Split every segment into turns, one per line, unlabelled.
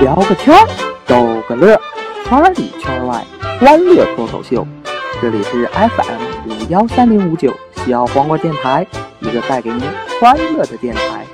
聊个天儿，逗个乐儿，圈里圈外，欢乐脱口秀。这里是 FM 五幺三零五九西澳黄瓜电台，一个带给您欢乐的电台。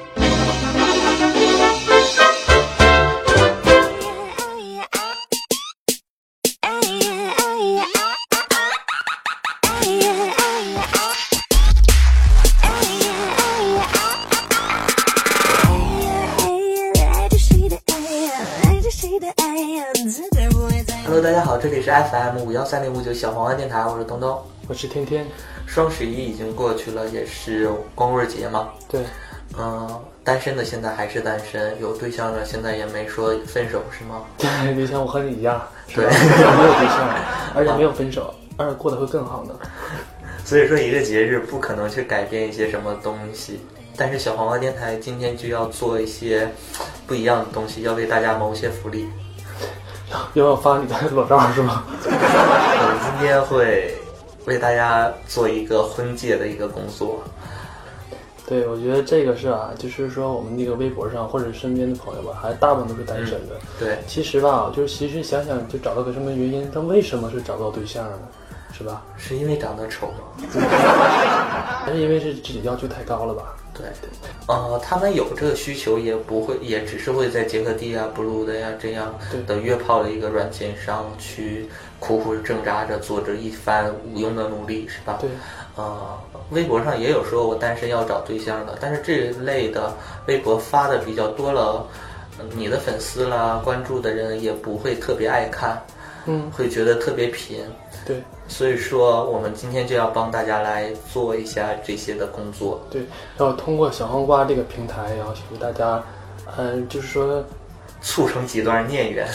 Hello，大家好，这里是 FM 五幺三零五九小黄瓜电台，我是东东。
我是天天，
双十一已经过去了，也是光棍节嘛。
对，
嗯，单身的现在还是单身，有对象的现在也没说分手是吗？
对理想我和你一样，是
对
吧 没有对象，而且没有分手，而且过得会更好呢。
所以说一个节日不可能去改变一些什么东西，但是小黄瓜电台今天就要做一些不一样的东西，要为大家谋一些福利。
要不要发你的裸照是吗？
我们今天会为大家做一个婚介的一个工作，
对，我觉得这个是啊，就是说我们那个微博上或者身边的朋友吧，还大部分都是单身的。
对，
其实吧，就是其实想想，就找到个什么原因，他为什么是找不到对象呢？是吧？
是因为长得丑吗？
还是因为是自己要求太高了吧？
对，呃，他们有这个需求，也不会，也只是会在杰克地啊、blue 的呀、这样
对
的约炮的一个软件上去苦苦挣扎着，做着一番无用的努力，是吧？
对，
呃，微博上也有说我单身要找对象的，但是这一类的微博发的比较多了，呃你的粉丝啦、关注的人也不会特别爱看，
嗯，
会觉得特别贫。
对。
所以说，我们今天就要帮大家来做一下这些的工作。
对，然后通过小黄瓜这个平台，然后给大家，嗯、就是说，
促成几段孽 缘。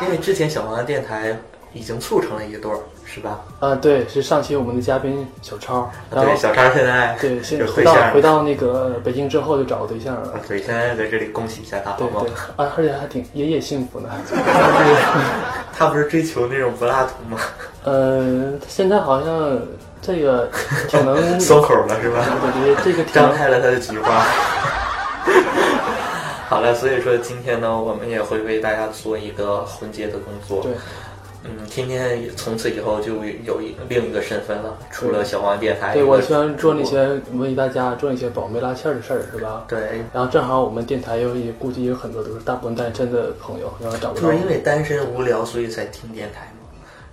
因为之前小王的电台已经促成了一对儿，是吧？
啊、对，是上期我们的嘉宾小超，然
对，
后
小超现在
对，现
有
回
对
到
象
回
了。
到那个北京之后就找个对象了，
啊对，现在在这里恭喜一下他，好
对
吗
对？，啊，而且还挺也也幸福呢。
他不是追求那种柏拉图吗？
呃，现在好像这个挺能，
松口了是吧？
我觉得这个 挺
张
能，
开了他的菊花。 好了，所以说今天呢，我们也会为大家做一个婚介的工作。
对，
嗯，天天也从此以后就有一另一个身份了，除了小王电台，
对
一个
我虽然做那
主播
些为大家做一些保媒拉线儿的事儿，是吧？
对，
然后正好我们电台有也估计有很多都是大部分单身的朋友，然后找不
就
到
是。因为单身无聊，所以才听电台嘛。
哦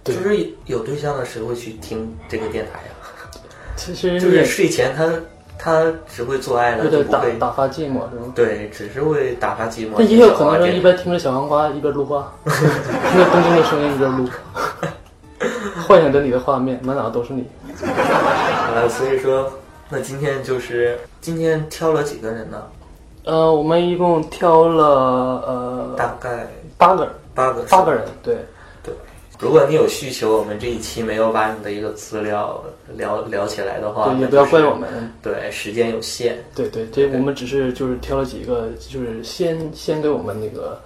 对
就是有对象的谁会去听这个电台呀、
其实
就是
也
睡前他他只会做爱了，
为
就
了
不
打
会
打发寂寞，是吗？
对，只是会打发寂寞。
但也有可能是
听小
一
王电台
边听着小黄瓜一边录话，听着咚咚的 声音一边录，幻想着你的画面，满脑子都是你。
好了，所以说那今天就是今天挑了几个人呢？
呃，我们一共挑了呃
大概
八个人
八个。
八个人，对
对。如果你有需求，我们这一期没有把你的一个资料聊聊起来的话，
对，也
那
不要
就是
怪我。们。
对，时间有限。
对对，这我们只是就是挑了几个，就是先先给我们那个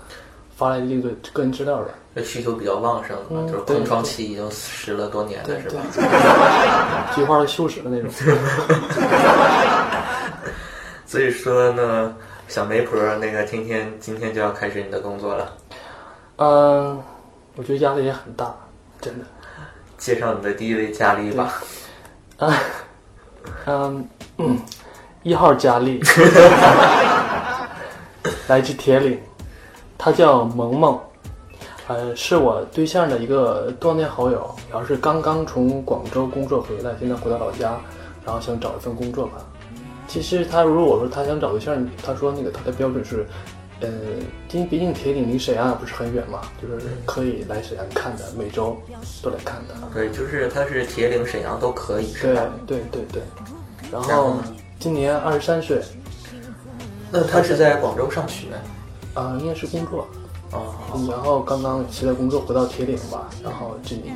发来这个个人资料的。
这需求比较旺盛的嘛，
嗯
就是
对
空窗期已经十了多年了，是吧？
菊花都羞耻的那 种。
所以说呢，小媒婆那个天天今天就要开始你的工作了，
嗯，我觉得压力也很大，真的。
介绍你的第一位佳丽吧。
啊， 嗯，嗯，一号佳丽，来自铁岭，她叫萌萌，呃，是我对象的一个多年好友，然后是刚刚从广州工作回来，现在回到老家，然后想找一份工作吧。其实她如果说她想找对象，她说那个她的标准是，呃，因为毕竟铁岭离沈阳也不是很远嘛，就是可以来沈阳看的，每周都来看的。
对，就是她是铁岭、沈阳都可以，是
对
吧？
对对对，然
然后
后
呢
今年二十三岁，
那她是在广州上学
啊、应该是工作，
啊，
然后刚刚辞了工作回到铁岭吧，然后这里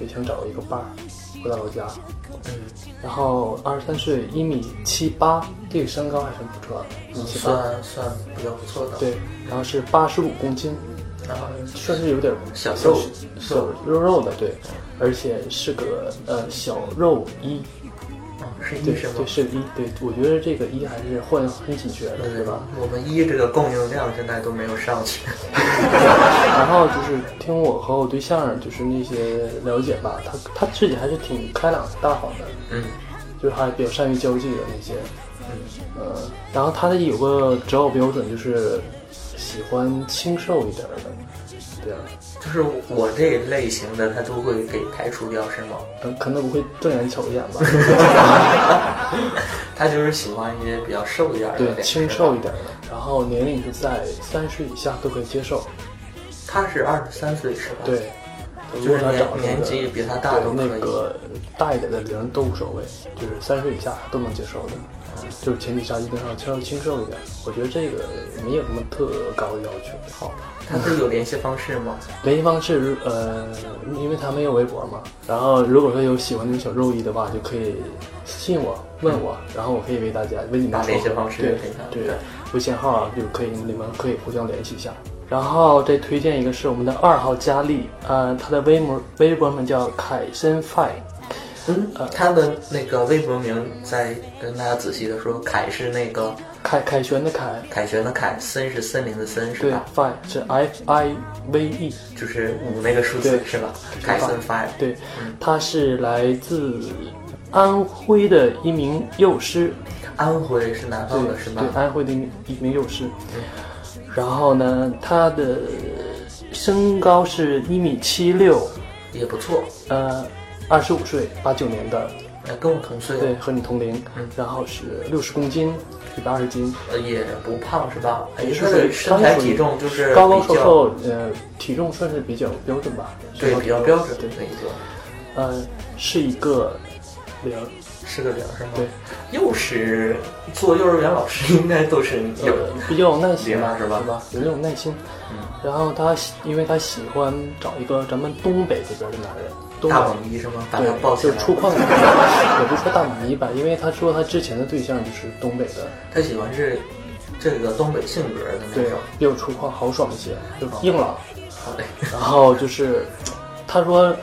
也想找一个伴儿，回到老家，
嗯，
然后二十三岁，一米七八，这个身高还是很不错的，一米七八，
嗯算算比较不错的。，嗯
对，然后是八十五公斤，
然后
算是有点儿
小肉
小肉肉的，对，而且是个呃小肉一，
嗯，是
对
一是吗？
对是一，对我觉得这个一还是换很紧缺的，是吧？
嗯我们一这个供应量现在都没有上去。
然后就是听我和我对象就是那些了解吧，他他自己还是挺开朗大方的，
嗯
就是还比较善于交际的那些，
嗯
呃，然后他的有个择偶标准就是喜欢清瘦一点儿的，对啊，
就是我这类型的，他都会给排除掉，是吗？
可可能不会正眼瞅一眼 吧，
他就是喜欢一些比较瘦一点的
对
脸，，
清
是吧
瘦一点儿的，然后年龄是在三十以下都可以接受，
他是二十三岁是吧？，
对，如
就
果
是
他
年
长得
年纪比他大
对
都可以。
那个大一点的零都无所谓，就是三十以下都能接受的，就是前提下一定要稍微清瘦一点。我觉得这个没有什么特高的要求。好，
他是有联系方式吗？
联系方式呃，因为他没有微博嘛，然后如果说有喜欢那种小肉衣的话，就可以私信我问我，然后我可以为大家为你们
把
说
嗯联系方式
对
给他
对
对
微信号啊，就可以你们可以互相联系一下。然后再推荐一个是我们的二号佳丽，呃，她的微博微博名叫凯森 f
嗯，他的那个微博名再跟大家仔细的说，凯是那个
凯凯旋的凯，
凯旋的凯，森是森林的森，是
对
吧？
，five 是 f i v e，
就是五那个数字
对
是吧？凯森 five。
对，
嗯
他是来自安徽的一名幼师，
安徽是南
对
方的是吧
对，？安徽的一名一名幼师。然后呢，他的身高是一米七六，
也不错，
呃，二十五岁，八九年的，
呃跟我同岁，
对，和你同龄，
嗯
然后是六十公斤，一百二十斤，
呃，也不胖是吧？哎，
也
他
是
的
属于
身材体重就是
高高瘦
比较，
瘦，呃，体重算是比较标准吧，
对，比较标准
对
的。一个，
呃，是一个零，
是个零是吗？
对，
幼师做幼儿园老师应该都是有
呃，比较有耐心
零是吧嗯
对吧？有那种耐心。然后他喜，因为他喜欢找一个咱们东北这边的男人，东北
大猛一是吗？把他
对，
抱起
就
来
是，粗犷 的，也不是说大米一吧，因为他说他之前的对象就是东北的，
他喜欢是这个东北性格的那
对
种，，
比较粗犷豪爽一些，就硬朗。
好嘞，
然后就是，他说，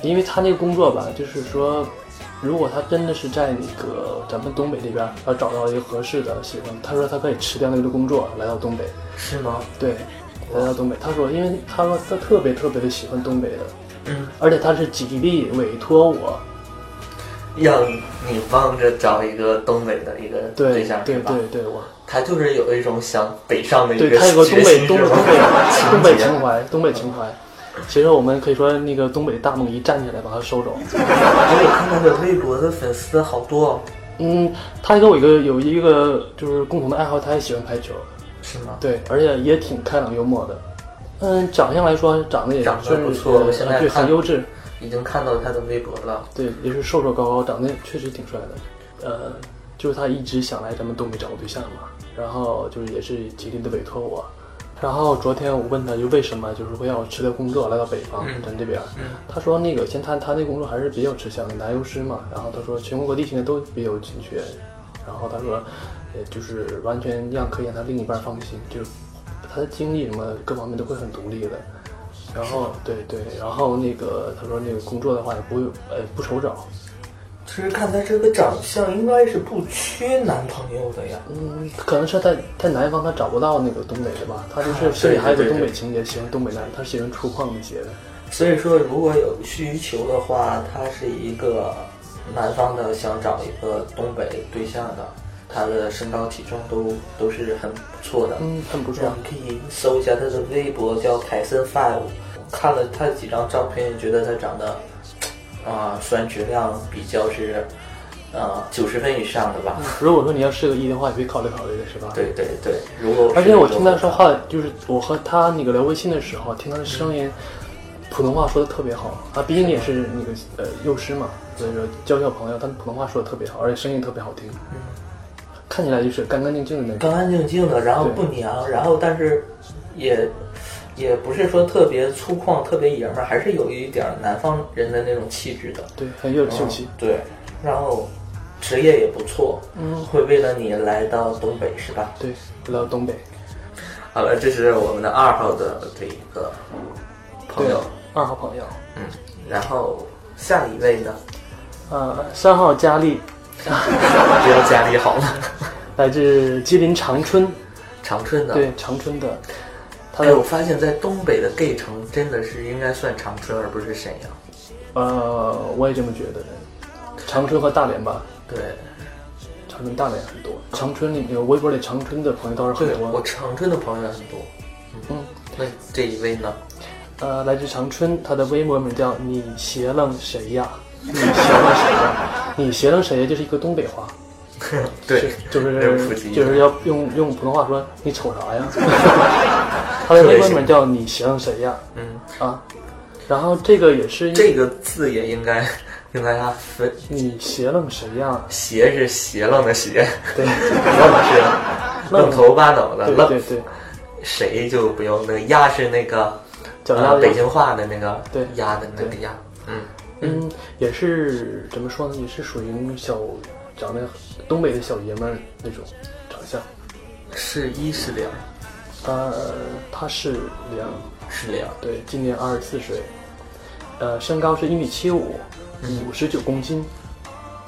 因为他那个工作吧，就是说，如果他真的是在那个咱们东北这边要找到一个合适的喜欢，他说他可以辞掉那个工作来到东北，
是吗？
对，来到东北。他说，因为他说他特别特别的喜欢东北的，
嗯，
而且他是极力委托我，
要你帮着找一个东北的一个
对
象
对
是吧？
对对，我
他就是有一种想北上的一
对他有个
决
东北
心
东
是
北
吧
东北东北情
节
怀，东北情怀。其实我们可以说，那个东北大梦一站起来把他收走。
哎，我看他的微博的粉丝好多哦，
嗯，他跟我一个有一个就是共同的爱好，他也喜欢排球，
是吗？
对，而且也挺开朗幽默的。嗯，长相来说，长得也
长得
算是呃
不错我现在
对，
看
很优质，
已经看到他的微博了。
对，也是瘦瘦高高，长得也确实挺帅的。呃，就是他一直想来咱们东北找个对象嘛，然后就是也是极力的委托我。然后昨天我问他就为什么就是会让我辞掉工作来到北方咱这边儿，他说那个先他他那工作还是比较吃香的，男优师嘛。然后他说全国各地现在都比较紧缺，然后他说，呃，就是完全让可以让他另一半放心，就是他的经济什么各方面都会很独立的。然后对对，然后那个他说那个工作的话也不会呃不愁找，
其实看他这个长相，应该是不缺男朋友的呀。
嗯，可能是在在南方他找不到那个东北的吧，他就是心里还有个东北情结，喜欢东北男，他喜欢粗犷那些的。
所以说，如果有需求的话，他是一个南方的，想找一个东北对象的，他的身高体重都都是很不错的。
嗯，很不错
然。后可以搜一下他的微博，叫凯森 Five。看了他几张照片，觉得他长得啊、算质量比较是呃九十分以上的吧。
如果说你要是个一的话，也可以考虑考虑的是吧？。
对对对，如果
而且我听他
他
说，话，就是我和他那个聊微信的时候，听他的声音，普通话说的特别好啊，毕竟也是那个呃幼师嘛，所以说交交朋友，他普通话说的特别好，而且声音特别好听，看起来就是干干净净的那种。
干干净净的，然后不娘，然后但是也也不是说特别粗犷、特别爷们儿，还是有一点儿南方人的那种气质的。
对，很
哦
有秀气。
对，然后职业也不错，嗯，会为了你来到东北是吧？
对，来到东北。
好了，这是我们的二号的这一个朋
对
友，，
二号朋友。
嗯，然后下一位呢？
呃，三号佳丽，
不要啊家里好了。
来自吉林长春，
长春的，
对长春的，他
啊哎，
的
我发现，在东北的 gay 城真的是应该算长春，而不是沈阳。
呃，我也这么觉得。长春和大连吧，
对，
长春、大连很多。长春里有微博里长春的朋友倒是
对
很
我
多。
长春的朋友也很多。
嗯，
那这一位呢？
呃，来自长春，他的微博名叫“你邪楞谁呀”，你邪楞谁呀？你邪楞谁呀？就是一个东北话，
对，
就
没有普
是
及
就是要用用普通话说“你瞅 啥呀”。他的微博名叫“你邪楞谁呀
嗯，”
啊，然后这个也是一
这个字也应该应该它分
你邪楞谁呀？
邪是邪愣的邪，
对
愣是愣头巴脑的
对
愣
对。对，
谁就不用那个鸭是那个
脚
呃
丫
北
子，
京话的那个
对
鸭的那个鸭。嗯，
嗯，也是怎么说呢？也是属于小长得东北的小爷们儿那种长相。
是一是两
呃，他是梁，
是两。
对，今年二十四岁，呃，身高是一米七五，
嗯
五十九公斤，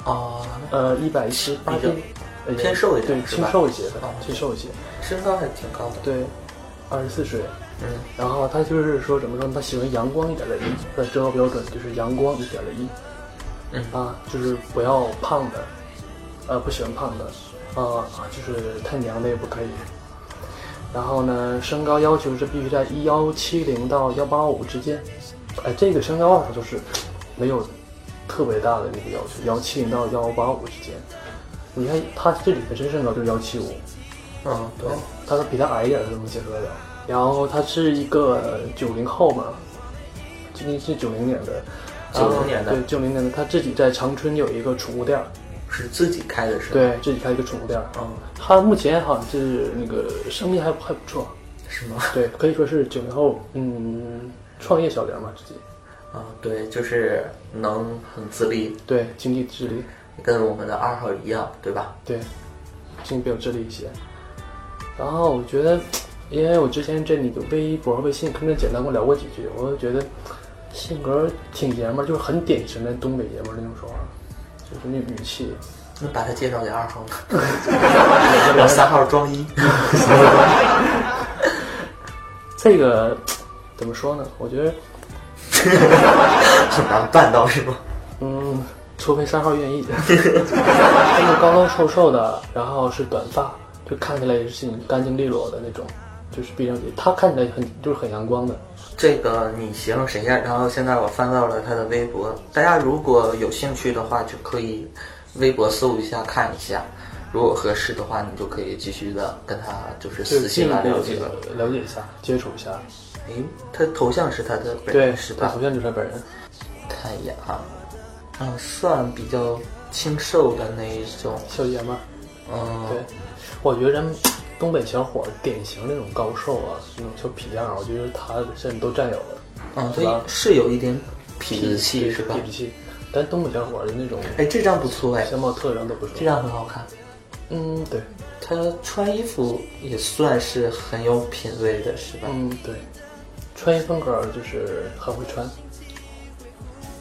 啊，
呃，一百一十八
比较
斤，呃
偏瘦一点
对，
是
清
吧
瘦一些的
哦，
清瘦一些，
身高还挺高的。
对，二十四岁。
嗯，
然后他就是说怎么说呢？他喜欢阳光一点的人，呃他的择偶标准就是阳光一点的人。
嗯
啊，就是不要胖的，呃，不喜欢胖的，啊、就是太娘的也不可以。然后呢，身高要求是必须在一幺七零到幺八五之间。哎，这个身高啊，它就是没有特别大的那个要求，幺七零到幺八五之间。你看他这里本身身高就是幺七五，
嗯，对，
他比他矮一点才能结合的。然后他是一个九零后嘛，今年是九零年的，啊
90年的
然后对九零年的，他自己在长春有一个宠物店儿，
是自己开的是吧？，
对自己开一个宠物店儿。
嗯，
他目前好像是那个生意还还不错，
是吗？
对，可以说是九零后，嗯，创业小玲嘛，自己
啊，对，就是能很自立，
对经济自立，
跟我们的二号一样，对吧？
对，经济比较自立一些。然后我觉得，因为我之前这里的微博、微信跟着简单跟我聊过几句，我就觉得性格挺爷们儿，就是很典型的东北爷们儿那种说话，就是那语气。嗯
你把他介绍给二号吧， 让三号装一。
这个怎么说呢？我觉得，
很难办到是吗？
嗯，除非三号愿意。 他就高高瘦瘦的，然后是短发，就看起来也是干净利落的那种，就是比较他看起来很就是很阳光的。
这个你邪了谁呀？然后现在我翻到了他的微博，大家如果有兴趣的话，就可以微博搜一下看一下，如果合适的话，你就可以继续的跟他就是
就
私
进
信
一
来
步
了解了。
了解一下，接触一下。
哎，他头像是他的本
对，
人是
他
吧
头？像就是他本人。
看一眼啊，嗯，算比较清瘦的那一种，
小爷们儿，
嗯，
对，我觉得咱们东北小伙儿典型那种高瘦啊，那种小痞样儿，我觉得他现在都占有了
嗯，
是
所以
吧
是有一点痞子气
对
是吧
痞？子气，咱东北小伙儿的那种
哎，这张不错哎，
相貌特征都不
这
错。
张很好看，
嗯，对，
他穿衣服也算是很有品味的是吧？
嗯对，穿衣风格儿就是很会穿，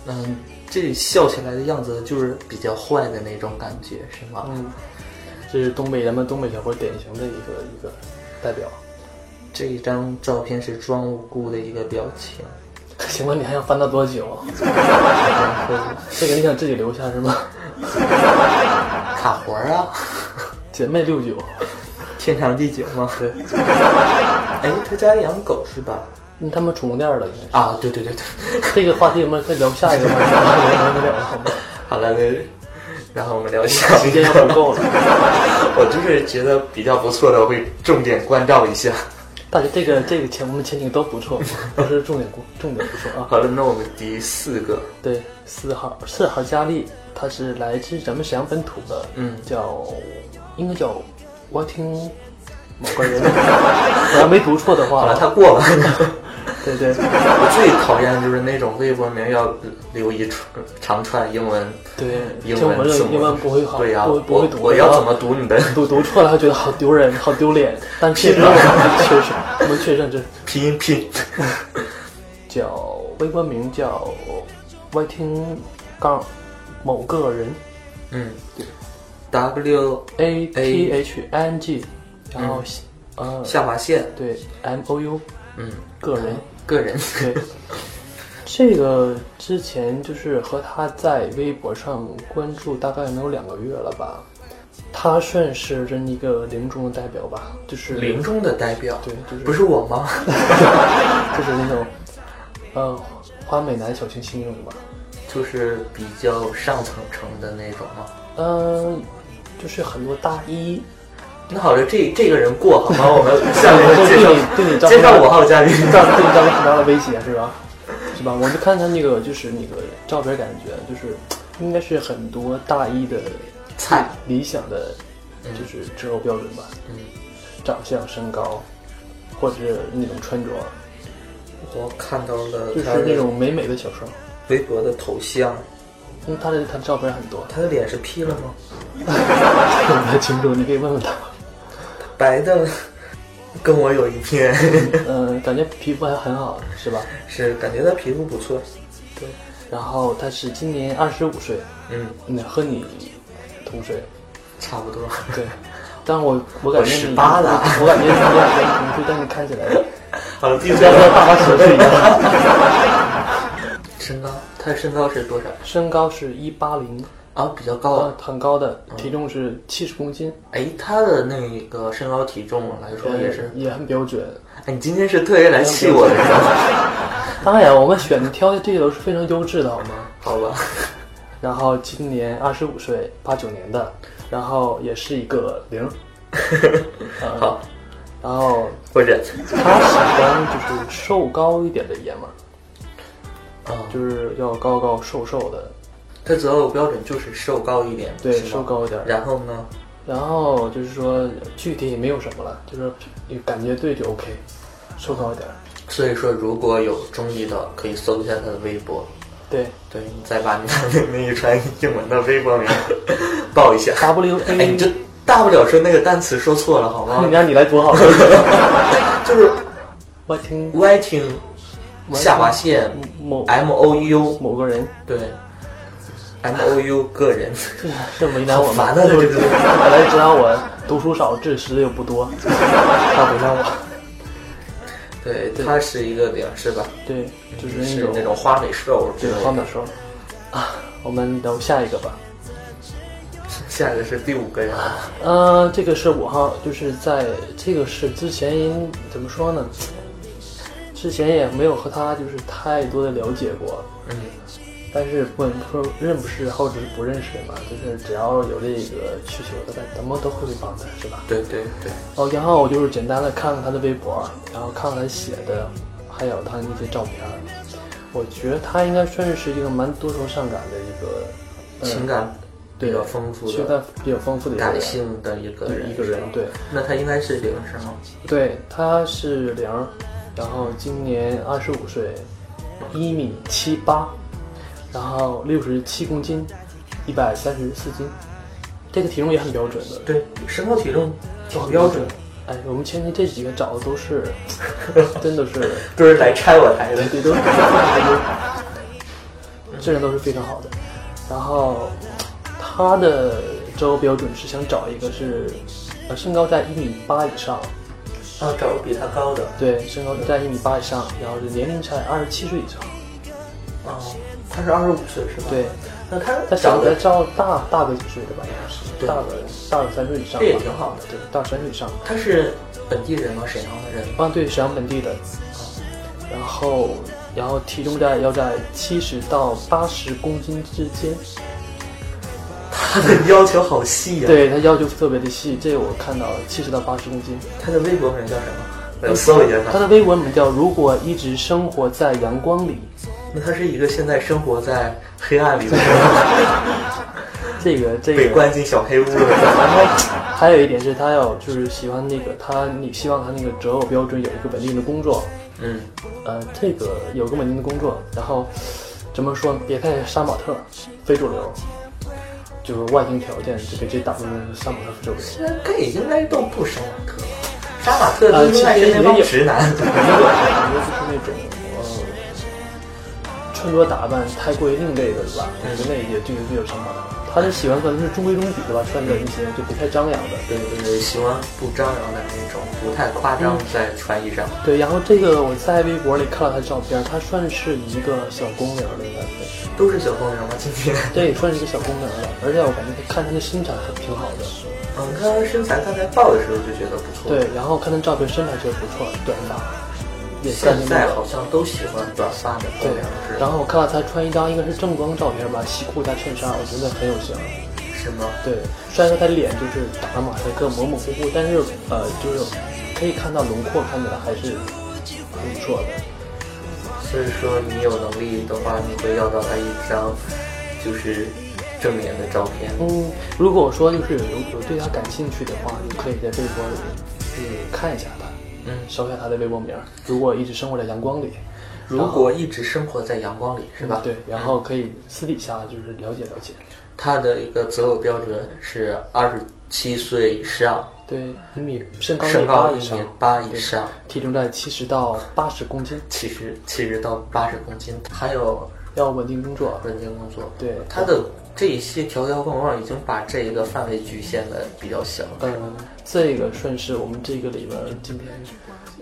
嗯，这笑起来的样子就是比较坏的那种感觉是吗？
嗯，这是东北咱们东北小伙儿典型的一个一个代表。
这一张照片是装无辜的一个表情，
请问你还要翻到多久？ 嗯这个你想自己留下是吗？
卡活儿啊，
姐妹六九，
天长地久吗？
对，
哎，他家养狗是吧？
嗯他们宠物店儿了应该是。
啊，对对对对。
这个话题我们再聊下一个话题，聊不了了，好吗？
好了，那然后我们聊一下
时间要不够了。
我就是觉得比较不错的，我会重点关照一下。
大家这个这个前我们前几个都不错，都是重点重点不错啊。
好了，那我们第四个，
对，四号四号佳丽，她是来自咱们沈阳本土的，
嗯
叫应该叫我听某个人， 我要没读错的话，
好了，他过了。
对对
我最讨厌的就是那种微博名要留一串长串英文
对，
英
听我们
文字
的
母。
英文不会好，
对呀、
不
我
不会读，
我要怎么读你的
读读错了还觉得好丢人，好丢脸，但确实我们确实我们确认这。
拼音 拼？
叫微博名叫歪听杠某个人，
嗯，W
A T H I N G，然后呃
下划线，
对 M O U
嗯，
个人
个人，
对。 这个之前就是和他在微博上关注大概能有两个月了吧，他算是人一个零中的代表吧，就是
林中的代表，
对，就是
不是我吗？
就是那种，呃，花美男小清新那种吧。
就是比较上层层的那种吗？
嗯、就是很多大一，
那好了，这这个人过好吗？我们下
我
面
会
介
对
绍
你对你造成
介绍五号嘉宾。
造对你造成很大的威胁是吧？是吧？我就看他那个就是那个照片，感觉就是应该是很多大一的
菜，
理想的就是择偶标准吧，
嗯，
长相、身高，或者是那种穿着，
我看到了
就
他
是那
的
种美美的小生。
微博的头像，
因为他的他的照片很 多，
他的脸是 P 了吗？
我不太清楚，你可以问问他。
白的，跟我有一 拼，
嗯、感觉皮肤还很好，是吧？
是感觉他皮肤不错。
对，然后他是今年二十五岁，
嗯，
嗯，和你同岁，
差不多。
对。但我我感觉你
我18了
我感觉你跟我同岁，但是看起 来
好了，闭
跟我爸爸十岁一样。
身高，他身高是多少？
身高是一八零，
啊，比较高
呃
啊。，
很高的，体重是七十公斤，
哎，他的那个身高体重来说哦也是。
呃也很标准。
哎，你今天是特意来气我的是吧？
当然，我们选的挑的这些都是非常优质的，好吗？
好吧，
然后今年二十五岁，八九年的，然后也是一个零，呃
好，
然后
我忍。
他喜欢就是瘦高一点的爷们儿，
啊，
就是要高高瘦瘦的，
他择偶标准就是瘦高一点，
对，
是吗
瘦。高一点儿。
然后呢？
然后就是说具体也没有什么了，就是感觉对就 OK，瘦高一点儿。
所以说，如果有中意的，可以搜一下他的微博。
对
对，你再把你的那一串英文的微博名 报一下。
，W
哎，你
A，
就大不了说那个单词说错了好
啊 你
吗？
让你来读好了。
就是
我听
writing 下划线
某
M O U
某个 人，
对 M O U 个 人，
这这为难我
好
吗？
烦啊这个
就是本来知道我读书少，知识又不多，他为难我。
对，他是一个零是吧？
对，就是那
是
种
那种花美兽之
对
类的，
花美说啊，我们聊下一个吧。
下一个是第五个人了，
呃，这个是五号，就是在这个是之前怎么说呢？之前也没有和他就是太多的了解过，
嗯，
但是不管说认不是或者是不认识嘛，就是只要有这个需求，咱咱们都会帮他，是吧？
对对对，
哦，然后我就是简单的看看他的微博，然后看看他写的，还有他那些照片儿。我觉得他应该算是一个蛮多愁善感的一个，呃、
情感比
对
较丰富
情
的、
感比较丰富的一个
感
人，
性的一个人，
一个人
是吧。
对。
那他应该是零是吗？
对，他是零儿，然后今年二十五岁，一米七八，然后六十七公斤，一百三十四斤，这个体重也很标准的，
对，身哦高体重挺标准，。
哎，我们前期这几个找的都 是，真的是，
都是来拆我台的
对，都是非常优质量都是非常好的。然后他的择偶标准是想找一个是，呃，身高在一米八以上，
啊，找个比他高的，
对，身高在一米八以上，然后是年龄在二十七岁以上。
啊，他是二十五岁是吧？
对，，
那他
他小
长
的
得
照大大个几岁的吧，应该是
对
大个大个三岁以上吧。
这也挺好的
对，大三岁以上。
他是本地人吗？沈阳的人吗？
啊，对，沈阳本地的。然后，然后体重在要在七十到八十公斤之间。
他的要求好细呀、
对他要求特别的细，这个我看到了，七十到八十公斤。
他的微博名叫什么？我要搜一下
他
他。
的微博名叫“如果一直生活在阳光里
那他是一个现在生活在黑暗里的人，”，
这个这
被
个。
关进小黑屋了。
然后还有一点是他要就是喜欢那个他你希望他那个择偶标准有一个稳定的工作，
嗯，
呃，这个有个稳定的工作，然后怎么说？别看杀马特，非主流，就是外形条件就给这大部分杀马特非主流。
现在 gay 应该都不杀马特了，杀马特
啊
都应该是那帮直男。
也有感觉就是那种呃，穿着打扮太过于另类的，是吧？我觉得那也就比较杀马特。他的喜欢可能是中规中矩的吧，穿的一些就不太张扬的。
对对对，呃喜欢不张扬的那种，不太夸张在穿衣上。
对，然后这个我在微博里看了他的照片，他算是一个小公龄的，应该算是，
都是小公园吗？今天，
这也算是一个小公龄了。而且我感觉他看他的身材还挺好的，
嗯，看他身材，刚才报的时候就觉得不错。
对，，然后看他照片身材确实不错，短发，也
现
算是那
在
个
好像都喜欢短发的姑
对
娘，是，
然后我看到他穿一张应该是正装照片吧，西裤加衬衫，我觉得很有型。
是吗？
对，虽然说他脸就是打了马赛克，模模糊糊，但是呃，就是可以看到轮廓，看起来还是很不错的。
所以说你有能力的话，你会要到他一张就是正面的照片。
嗯，如果说就是有有对他感兴趣的话，你可以在微博里嗯看一下他，
嗯，
搜一下他的微博名。如果一直生活在阳光里，
如果一直生活在阳光里，是吧？
嗯对，然后可以私底下就是了解了解。
他的一个择偶标准是二十七岁以上，
对，一米身高一
身
米
高
八
一
以上
米，八以上，
体重在七十到八十公斤。
七十七十到八十公斤，还有
要稳定工作。
稳定工作。
对
他的这一些条条框框已经把这一个范围局限的比较小了，
嗯，这个算是我们这个里边儿今天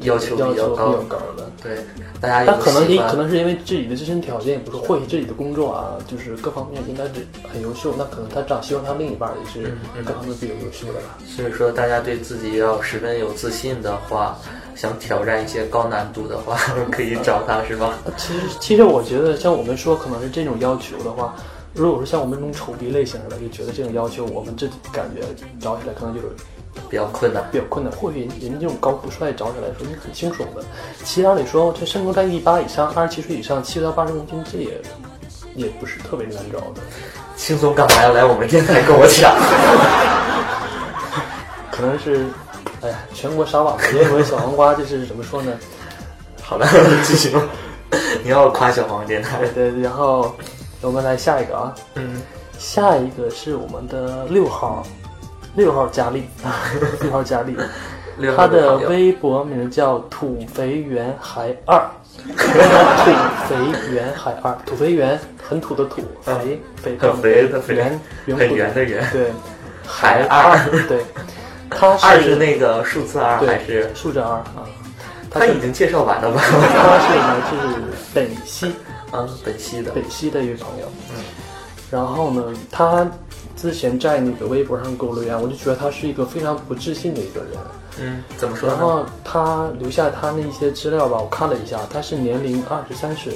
要求
要
比较
求比
高
较。高的。
对，大家
但
有
可能
喜
你
欢
可能是因为自己的自身条件也不是，或许自己的工作啊，就是各方面应该是很优秀，那可能他长希望他另一半儿也
嗯
是各方面比较优秀的吧。
所以说，大家对自己要十分有自信的话，想挑战一些高难度的话， 可以找他，是吧？
其实其实我觉得像我们说可能是这种要求的话，如果说像我们这种丑逼类型的，就觉得这种要求我们自己感觉找起来可能就有
比较困难。
比较困难，或许人家这种高富帅找起来说你很轻松的。其实按理说，这身高在一米八以上、二十七岁以上、七到八十公斤，这也也不是特别难找的。
轻松干嘛要来我们电台跟我 抢？
可能是，哎呀，全国撒网，因为小黄瓜就是怎么说呢？
好了，继续吧。 你要夸小黄电台
对，对，然后我们来下一个啊，
嗯，
下一个是我们的六号，六号佳丽， 六号佳丽，
六
他
号
的
朋友
微博名叫土肥圆孩二，土肥圆孩二，土肥圆很土的土，肥肥
很肥的肥
圆圆
很
鼓
圆的圆
对，
孩
二
二，
对，他
二是那个数字二
对
还是？
数字二啊，
他已经介绍完了 吧？
他是来自本溪
嗯，本溪的
北西的一位朋友，
嗯
然后呢，他之前在那个微博上给我留言，我就觉得他是一个非常不自信的一个人。
嗯，怎么说
然
呢？
后他留下他那一些资料吧，我看了一下，他是年龄二十三岁，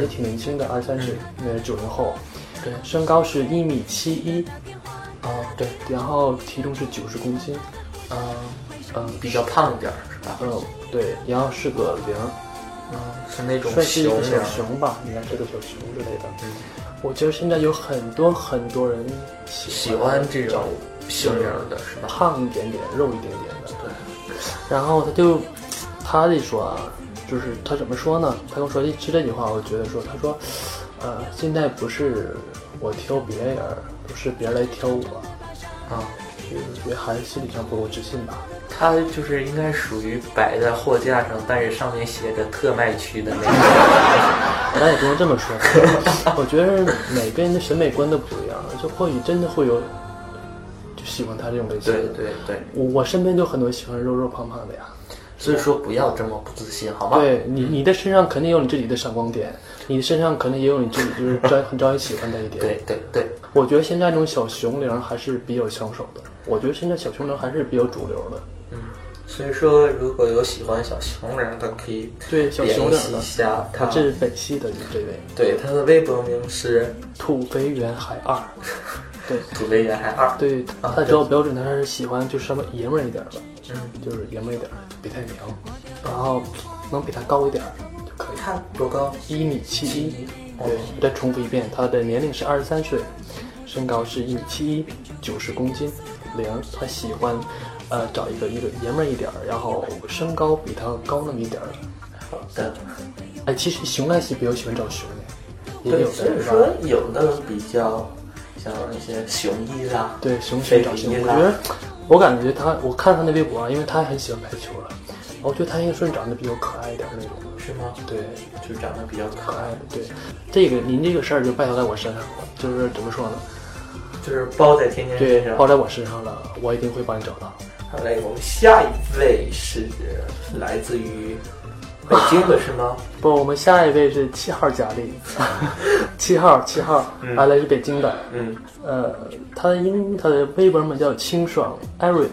也挺年轻的，二十三岁，呃，九零后，
嗯对
身高是一米七一，
哦，对，
然后体重是九十公斤，
嗯嗯，比较胖一点儿是吧？
嗯，对，然后是个零，
嗯，是那种
算是一
熊啊
个
脸
小
儿，
熊吧，应该是个小熊之类的。
嗯
我觉得现在有很多很多人喜
喜欢这
找
种熊脸儿的是吧？
胖一点点、肉一点点的。对。然后他就，他这说啊，就是他怎么说呢？他跟我说这这句话，我觉得说，他说，呃，现在不是我挑别人，不是别人来挑我，
啊，
就是觉得还是心理上不够自信吧。
它就是应该属于摆在货架上，但是上面写着特卖区的 那
咱也不能这么说， 我觉得每个人的审美观都不一样，就或许真的会有就喜欢他这种类
种。
型。
对对对，
我我身边就很多喜欢肉肉胖胖的呀。
所以说不要这么不自信，好吗？，
对你，你的身上肯定有你自己的闪光点，你的身上肯定也有你自己就是招很招人喜欢的一点。
对，对对，
我觉得现在这种小熊铃还是比较抢手的，我觉得现在小熊铃还是比较主流的。
所以说如果有喜欢小熊人的，可以
对小熊
联
人
系一下他。
这是本溪的这位
对他的微博名是
土肥圆海 二，对
土肥圆孩二。
对，他的择偶标准他是喜欢就是稍微爷们儿一点儿的，
啊嗯，
就是爷们儿一点儿，别太娘，然后能比他高一点儿就可以。
他多高？
一米七一。
哦
对，我再重复一遍，他的年龄是二十三岁，身高是一米七一，九十公斤，零。他喜欢，呃，找一个一个爷们儿一点儿，然后身高比他高那么一点儿。
好的。
哎，其实熊来喜比较喜欢找熊的，也
对，
有
所以
的是吧
说？有的比较像那些熊啊一啦，
对，熊
非
去找熊。
比
我
啦
觉得，我感觉他，我看他那微博啊，因为他也很喜欢排球了，啊我觉得他应该算长得比较可爱一点儿那种的。
啊是吗？
对，
就长得比较可
可爱
爱
的。。对，这个您这个事儿就拜托在我身上了，就是怎么说呢？
就是包在天天
对
身，上。
包在我身上了，我一定会帮你找到。
好嘞，我们下一位是来自于北京的是吗？
不，我们下一位是七号佳 丽，七号七号，她来自北京的，
嗯，
呃，她的英她的微博名叫清爽 Erin，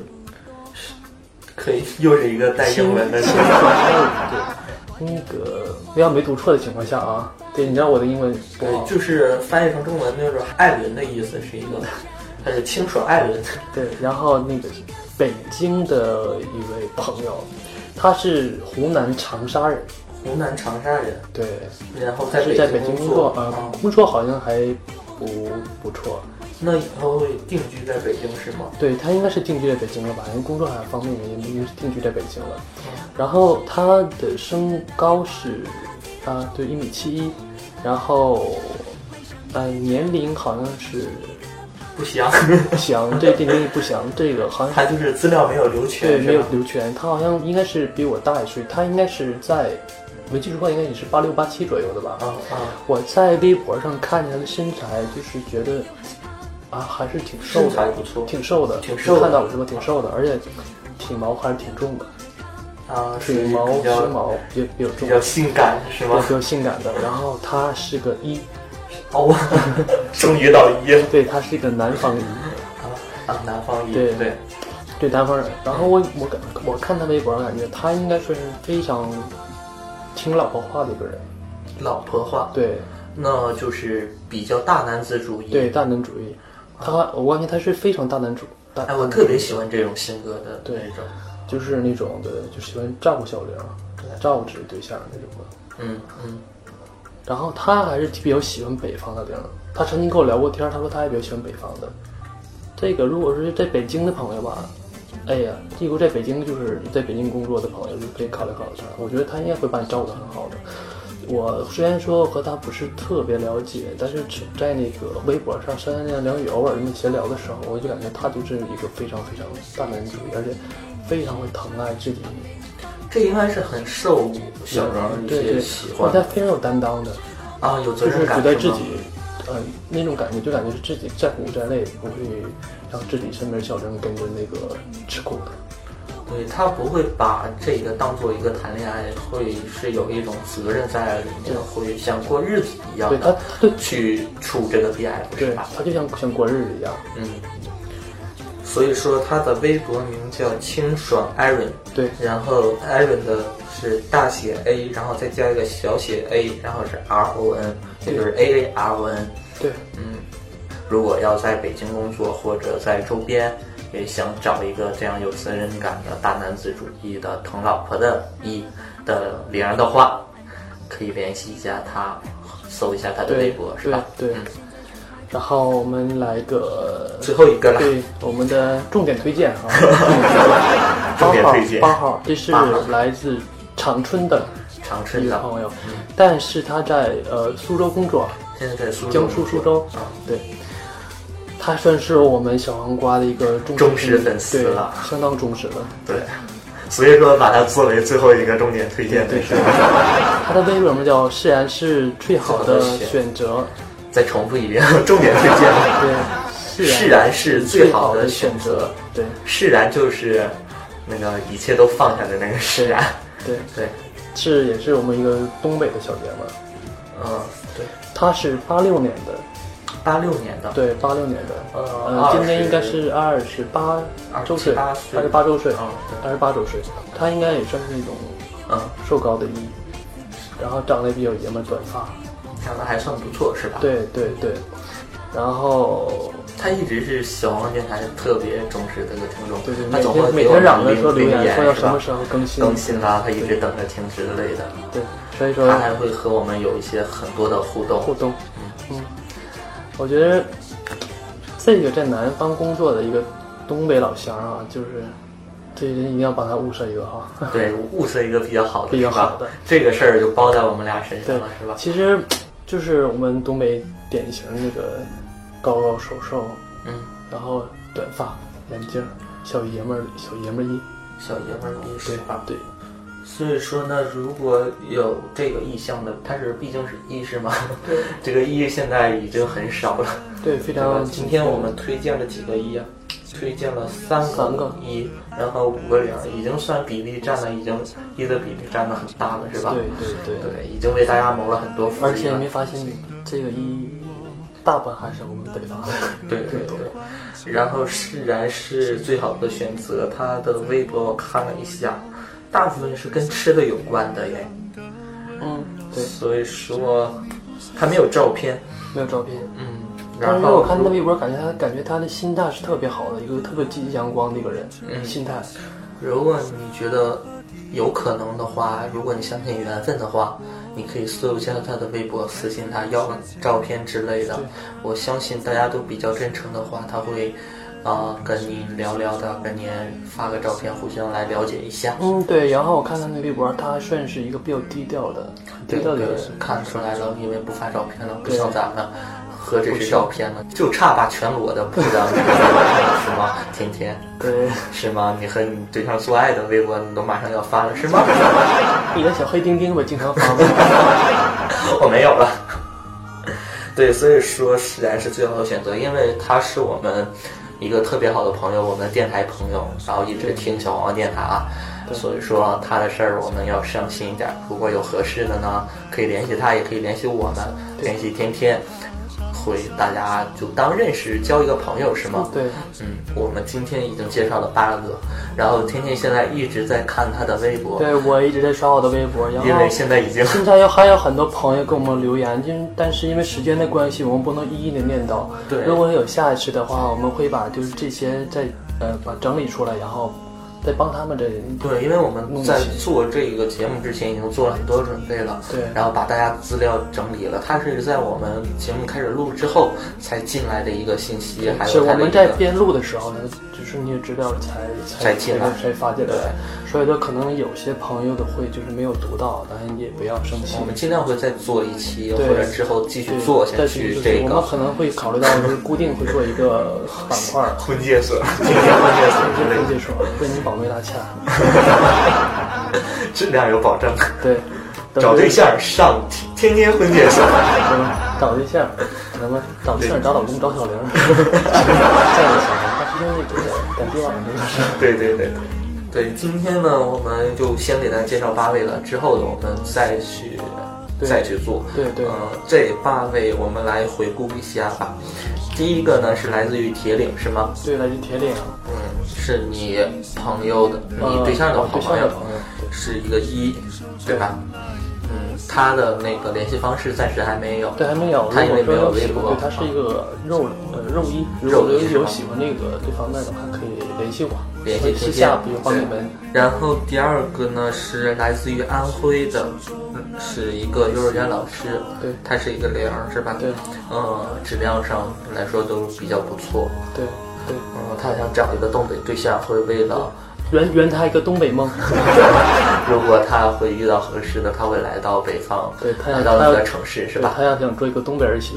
可以，又是一个带英
清
哎文的。
清爽 Erin，对，那个不要没读错的情况下啊，对，你知道我的英文不
对，
好，
就是翻译成中文就是艾伦的意思，是一个，它是清爽艾伦。
对，然后那个北京的一位朋友，他是湖南长沙人，
湖南长沙人，
对，
然后在
是在北
京
京
工
工作
作，，
呃
啊，
工作好像还不不错，
那以后会定居在北京是吗？
对他应该是定居在北京了吧？因为工作好像方面原因，应该是定居在北京了。
嗯
然后他的身高是啊，对，一米七一，然后呃，年龄好像是
不行，
不详，这定义不详，这个好像
他就是资料没有留
对
全，
没有
是吧
留全，他好像应该是比我大一岁，他应该是在没记错的话应该也是八六八七左右的吧？
啊啊，
我在微博上看见他的身材，就是觉得啊，还是挺瘦
身材
的，
不错
挺瘦的，
挺瘦的
看到我是吧？挺瘦的，而且体毛还是挺重的，
啊，属于
体毛、
比
时
较
髦比较比较
比
重，
较性感是
对
吗
比？较性感的。然后他是个一，
哦， 终于到一了
对，他是一个南方一，
啊，南方一
对
对，
对南方人。然后我我感我看他微博，感觉他应该说是非常听老婆话的一个人，
老婆话，
对
那就是比较大男子主义。
对，大男主义。他我感觉他是非常大男主，大
哎，我特别喜欢这种性格的
对
那种，
就是那种的，就喜欢照顾小玲儿，照顾自己对象那种的。
嗯嗯，
然后他还是比较喜欢北方的玲儿，他曾经跟我聊过天儿，他说他也比较喜欢北方的。这个如果是在北京的朋友吧，哎呀，如果在北京就是在北京工作的朋友，就可以考虑考虑他。我觉得他应该会把你照顾得很好的。我虽然说和他不是特别了解，但是只在那个微博上三言两语偶尔那么闲聊的时候，我就感觉他就是一个非常非常大男子主义，而且非常会疼爱自己
这应该是很受小人一
对
些
对，
喜
或
欢
者他非常有担当的，
啊，有责
就是
任感
觉得
是
自
吗
己，呃，那种感觉就感觉是自己再苦再累，不会让自己身边小人跟着那个吃苦的。
对他不会把这个当做一个谈恋爱，会是有一种责任在里面，会像过日子一样
对他
的，
对
去处这个 BF 是
对
吧？，
他就像像过日子一样。
嗯，所以说他的微博名叫清爽 Aaron，
对
然后 Aaron 的是大写 A，然后再加一个小写 A，然后是 R O N，也就是 A A R O N。
对，
嗯，如果要在北京工作或者在周边，也想找一个这样有责任感的大男子主义的疼老婆的一的玲儿的话，可以联系一下他，搜一下他的微
对
博，是
对
吧？嗯
对。然后我们来 个
最后一个了，
对我们的重点推荐哈，
重
八
点
号
推荐
八号，这是
八号
来自长春的
长
一
春
个
的，嗯
朋友，但是他在呃苏州工作，
现在在苏州，
江苏苏州
啊，
对，他算是我们小黄瓜的一个
忠
忠
实
实
粉丝
对
了
相当忠实的。
对，所以说把它作为最后一个重点推荐的
对，他的微博名叫“释然是最好的选择
再重复一遍，重点推荐”， 了。
对，
释
释
然
然
是最
最
好
好
的
的
选
选
择
择，对
释然就是那个一切都放下的那个释然，
对，
对，
是也是我们一个东北的小姐们儿，
嗯，对。
她是八六年的，
八六年的，
对，八六年的，
呃
呃，今年应该是二十八周岁，
28
二
岁
十八周岁
嗯，对
二十八周岁，她应该也算是那种
嗯，
瘦高的一，然后长得也比较爷们儿，短发，
长得还算不错，是吧？，
对对对，然后
他一直是小黄电台特别忠实的一个听众，
对对，
他
每
总会
天每
给我
天嚷着
们
说留
留
言，说要
是
什
吧
么时候更新，
更新啦，他一直等着听之类的。
对，所以说
他还会和我们有一些很多的互动
互，动，嗯，我觉得这个在南方工作的一个东北老乡啊，就是这人一定要把他物色一个哈。
对，物色一个比较好的，
比较
是吧
好的
这个事儿就包在我们俩身上
对
了，是，吧？
其实就是我们东北典型的那个高高瘦瘦，
嗯，
然后短发、眼镜儿、小爷们儿、小爷们儿衣，
小爷们儿，是吧？
对，
所以说呢，如果有这个意向的，它是毕竟是意识嘛， 这个意现在已经很少了。
对，非
对吧
常。
今天我们推荐了几个一啊？推荐了三
三个
一，然后五个零，已经算比例占了，已经一的比例占的很大了，是吧？
对对对。
对，已经为大家谋了很多福
而
利
且
了
你没。发现这个一大半还是我们北大的，
对对对，然后释然是最好的选择。他的微博我看了一下，大部分是跟吃的有关的耶。
嗯，对，
所以说他没有照片，
没有照片。
嗯，
但
然
是我
后
看他的微博，感觉他感觉他的心态是特别好的，一个特别积极阳光的一个人，
嗯
心态。
如果你觉得有可能的话，如果你相信缘分的话，你可以搜一下他的微博，私信他要照片之类的
对。
我相信大家都比较真诚的话，他会啊、跟你聊聊的，跟你发个照片，互相来了解一下。
嗯，对。然后我看他那微博，他算是一个比较低调的，低
对
调的
对
人。，
看出来了，因为不发照片了，不
对
像咱们。何止是照片呢，就差把全裸的铺咱们这儿是吗？天天
对，
是吗？你和你对象做爱的微博你都马上要发了是吗？
你的小黑丁丁会经常发 吗？
我没有了。对，所以说释然是最好的选择，因为他是我们一个特别好的朋友，我们的电台朋友，然后一直听小黄瓜电台啊。所以说他的事儿我们要上心一点，如果有合适的呢，可以联系他，也可以联系我们，联系天天，会大家就当认识，交一个朋友是吗？
对，
嗯，我们今天已经介绍了八个，然后天天现在一直在看他的微博，
对哦我一直在刷我的微博，然后
因为现在已经
经常有还有很多朋友给我们留言，就是但是因为时间的关系，我们不能一一的念叨。
对
如果有下一次的话，我们会把就是这些再呃把整理出来，然后再帮他们这
对，因为我们在做这个节目之前已经做了很多准备了，
对
然后把大家资料整理了。它是在我们节目开始录制后才进来的一个信息，还
是
有
我
它的
们
一
在
个
边录的时候呢，就是那些资料才
才进来
才发进来，所以说可能有些朋友的会就是没有读到，但是也不要生气
我。们尽量会再做一期，或
对
者之后继续
对
做下
但是
去
就是
这
我
个，
们可能会考虑到就是固定会做一个板块 儿
婚介所、婚 介所之类
跟介说为你保媒拉纤，
的，质量有保证。
对，
找对象上天天婚介所，
找对象，咱们找对象找老公找小 玲儿，这样行。但是因为这个感觉网这个是，
对对对。对，今天呢，我们就先给大家介绍八位了，之后的我们再去
对
再去做。
对对
呃，这八位我们来回顾一下吧。第一个呢是来自于铁岭，是吗？
对，来自铁岭，
嗯，是你朋友的，你
呃
对象的
我
好
对象
朋
的
友，
朋友，
是一个一，对吧？嗯，他的那个联系方式暂时还没有。
对，还没有。
他因为
如
没
果
有
说有
微
喜欢，
博
对，他是一个肉呃肉衣，如
肉
果
衣是吧
有喜欢那个对方面的话，可以联系我，
联系
私
天
下
天
比如帮你们。
然后第二个呢是来自于安徽的，嗯是一个幼儿园老师，
对
他是一个零儿是吧？
对，
嗯，质量上来说都比较不错。
对对，
嗯，他想找一个东北对象，会为了
圆圆他一个东北梦，
如果他会遇到合适的，他会来到北方，
对他要
来到
他
那
要
个城市 是
对
吧？
他要想做一个东北儿媳，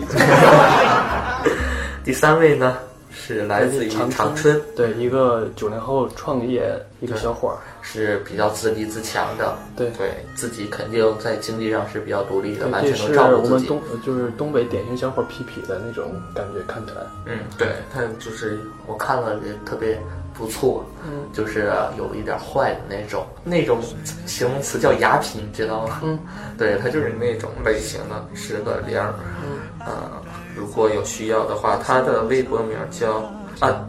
第三位呢是来 自于长春，
对，一个九零后创业一个小伙儿，
是比较自立自强的，
对
对自己肯定在经济上是比较独立的，完
对，这
全
是
能照
我
顾自
们
己。
东呃就是东北典型小伙皮皮的那种感觉，看起来。
嗯，对他就是我看了也特别不错，
嗯，
就是有一点坏的那种，那种形容词叫雅痞，你知道吗？
嗯，
对他就是那种类型的，是个零儿。嗯，呃，如果有需要的话，他的微博名叫啊，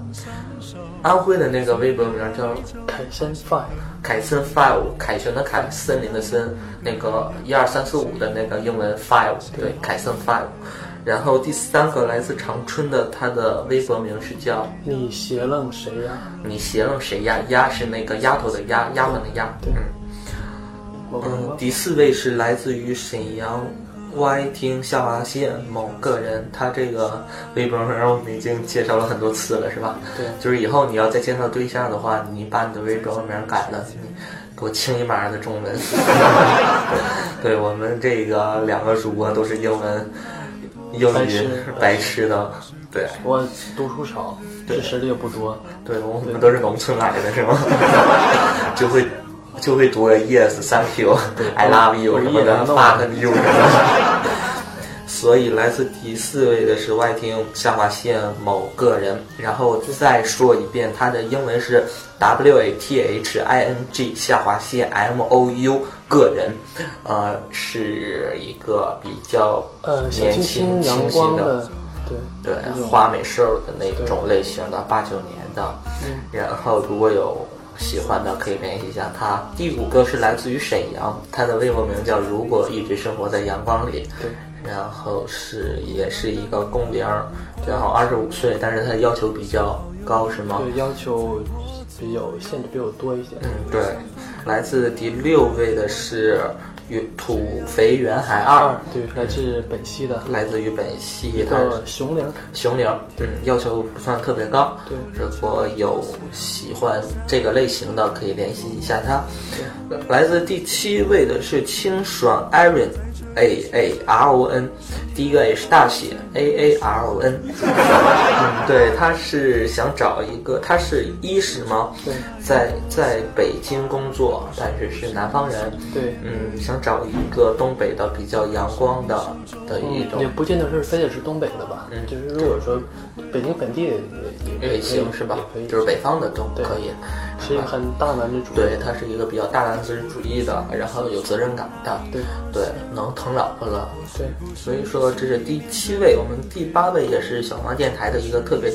安徽的那个微博名叫
凯山 five，
凯森 Five，凯旋的凯，森林的森，那个一二三四五的那个英文 Five，对，凯森 Five。然后第三个来自长春的，他的微博名是叫
你斜楞谁呀、
“你斜楞谁呀”，丫是那个丫头的丫，丫鬟的丫。
对
嗯
某个什
嗯，
么？
第四位是来自于沈阳歪厅下划线某个人，他这个微博名我们已经介绍了很多次了，是吧？
对
就是以后你要再介绍对象的话，你把你的微博名改了，你给我清一码的中 文。对我们这个两个主播都是英文英
白
语
痴
白痴的，对
我读书少，知识力又不多，
对，我们都是农村来的，是吗？就会就会读个 yes thank you
对
I love you
我
什么的
一眼望
fuck you 什么的。所以来自第四位的是外听下划线某个人，然后再说一遍，它的英文是 W A T H I N G 下划线 M O U 个人，呃，是一个比较
呃，小
年
清
轻
新、阳
清新
光
的
的，对，
对
那种
花美兽的那种类型的，八九年的。
嗯
然后如果有喜欢的，可以联系一下他。第五个是来自于沈阳，他的微博名叫“如果一直生活在阳光里”。
对，
然后是也是一个公龄儿，然后二十五岁，但是他要求比较高，是吗？
对要求比较限制比较多一些。
啊嗯，对。来自第六位的是原土肥原海二
二，对，来自本溪的
来自于本溪，
一
他是
个熊灵，
熊灵，嗯，要求不算特别高。
对
如果有喜欢这个类型的，可以联系一下他。来自第七位的是清爽 Aaron，A A R O N，第一个 A 是大写 A A R O N。嗯，对，他是想找一个，他是一是吗？
对
在在北京工作，但是是南方人。
对，
嗯，想找一个东北的比较阳光的的一
嗯，
种
也不见得是非得是东北的吧，
嗯
就是如果说北京本地也也
类
也
型
可以
是吧
也？可
就是
以，
北方的都
对
可以。
是一个很大男子主义。
对，他是一个比较大男子主义的，然后有责任感的，
对
对，能疼老婆了。
对，
所以说这是第七位，我们第八位也是小王电台的一个特别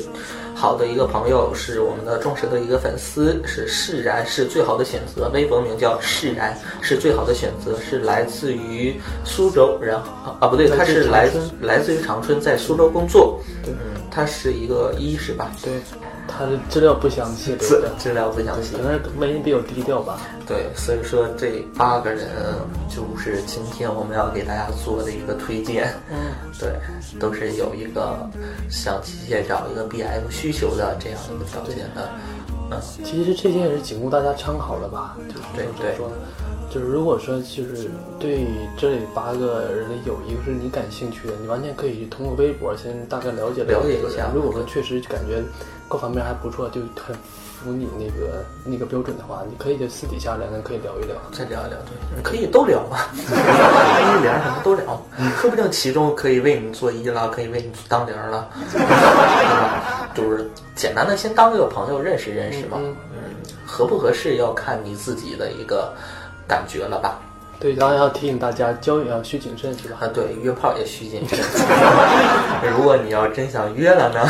好的一个朋友，是我们的忠实的一个粉丝，是释然是最好的选择，微博名叫释然是最好的选择，是来自于苏州，然后啊不对，他是来
来自于长
来自于长春，在苏州工作，
对
嗯，他是一个医师吧，
对，他的资料不详细，对
资
不对？
资料不详细
可，能是为人比较低调吧。
对，所以说这八个人就是今天我们要给大家做的一个推荐，
嗯，
对，都是有一个想机械找一个 BF 需求的这样一个条件的，嗯，
其实这些也是仅供大家参考的吧。就
对
就
对
怎么说呢？就是如果说就是对这八个人有一个是你感兴趣的，你完全可以通过微博先大概了解
了解一
这个人
下
如果说确实感觉各方面还不错，就很符你那个那个标准的话，你可以就私底下两个人可以聊一聊。
再聊一聊，对，你可以都聊 嘛，医疗什么都聊，说不定其中可以为你做医了，可以为你当零 了，对吧？就是简单的先当个朋友认识认识嘛，
嗯
嗯，合不合适要看你自己的一个感觉了吧。
对，当然要提醒大家交友要需谨慎，是吧？
啊，对，约炮也需谨慎。 如果你要真想约了呢，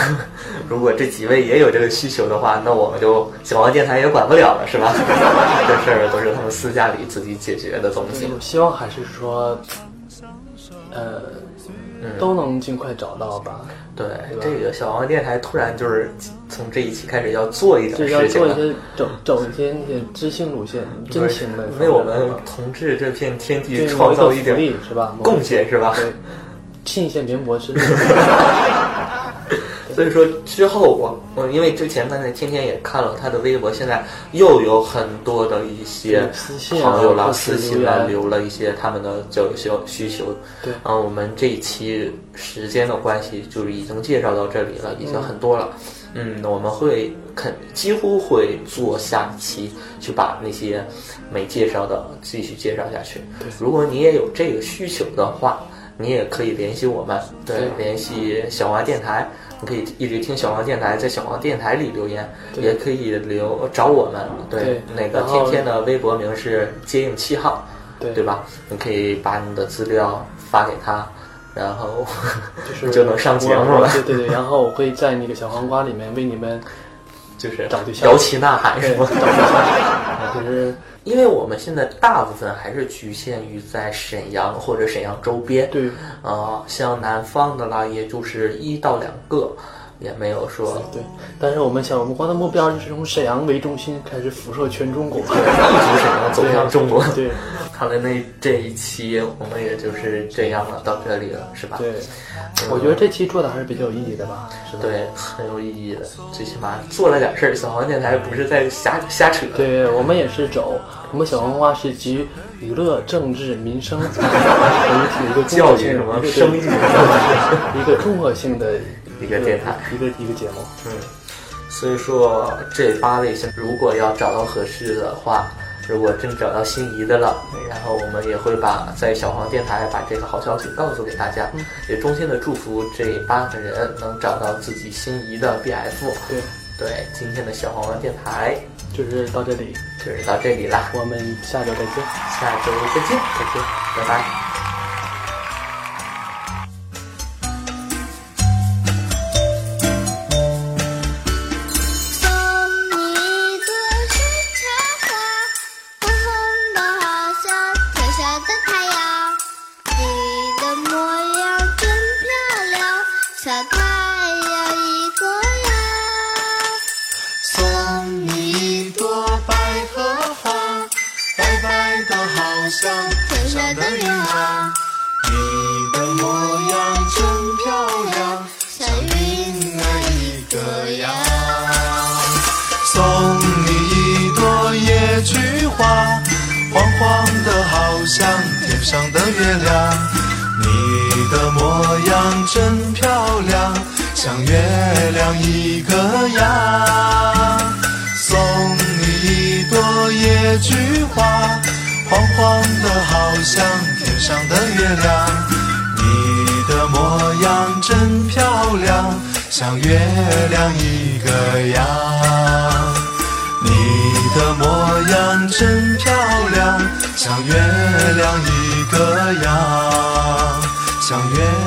如果这几位也有这个需求的话，那我们就小王电台也管不了了，是吧？这事儿都是他们私下里自己解决的东西
对，。我希望还是说，呃，
嗯
都能尽快找到吧。
对，这个小王电台突然就是从这一期开始要做一
就
点
要
事情
做一
了。
些走走一些那些知性路线、真情的，
为嗯我们同志这片天地
对
创造一
某
点
个福利是吧？某
贡献，是吧？
对，尽一些绵薄之力。
所以说之后我我因为之前刚才天天也看了他的微博，现在又有很多的一些
对私信啊
朋友啦、
或是
私信
留
啦，
言
留了一些他们的交友需需求。
对
然后我们这一期时间的关系，就是已经介绍到这里了，已经很多了。嗯，我们会肯几乎会做下一期，去把那些没介绍的继续介绍下去。如果你也有这个需求的话，你也可以联系我们，对，
对
联系小王电台，你可以一直听小王电台，在小王电台里留言，
对
也可以留找我们，对
对，
那个
然
天
后
天的微博名是接应七号，
对
对吧？你可以把你的资料发给他，然后
就是
你 就能上节目了
对对对，然后我会在那个小黄瓜里面为你们
就是
找对象
摇旗呐喊
对
是
找
吗？
对象，啊就是
因为我们现在大部分还是局限于在沈阳或者沈阳周边，
对
呃，像南方的啦，也就是一到两个，也没有说
对。但是我们想，我们光的目标就是从沈阳为中心开始辐射全中国，
一直沈阳走向中国。
对
看来那这一期我们也就是这样了，到这里了，是吧？
对，啊 我觉得这期做的还是比较有意义的吧，是吧？
对，很有意义的，最起码做了点事儿。小黄电台不是在瞎瞎扯，
对我们也是走，我们小黄瓜是集娱乐、政治、民生 为一体，一个综
教
合
育
性
什么
的
生育，
一个综合性的
一个电台，
一个一个节目。
嗯，所以说这八位先，如果要找到合适的话，如果真找到心仪的了，然后我们也会把在小黄电台把这个好消息告诉给大家，也衷心的祝福这八个人能找到自己心仪的 BF。
对，
对，今天的小黄文电台
就是到这里，
就是到这里啦，
我们下周再见。
下周再见，再见，拜拜。
送你一朵山茶花，红红的好像天上的太阳。你的模样真漂亮，像太阳一个样。
送你一朵百合花，白白的好像
天
天
上
上
的
的
月
月
亮
亮。你的模样真漂亮，
像云儿一个样。
送你一朵野菊花，黄黄的好像天上的月亮。你的模样真漂亮，像月亮一个样。送你一朵野菊花，黄黄的好像天上的月亮。你的模样真漂亮，像月亮一个样。你的模样真漂亮，像月亮一个样，像月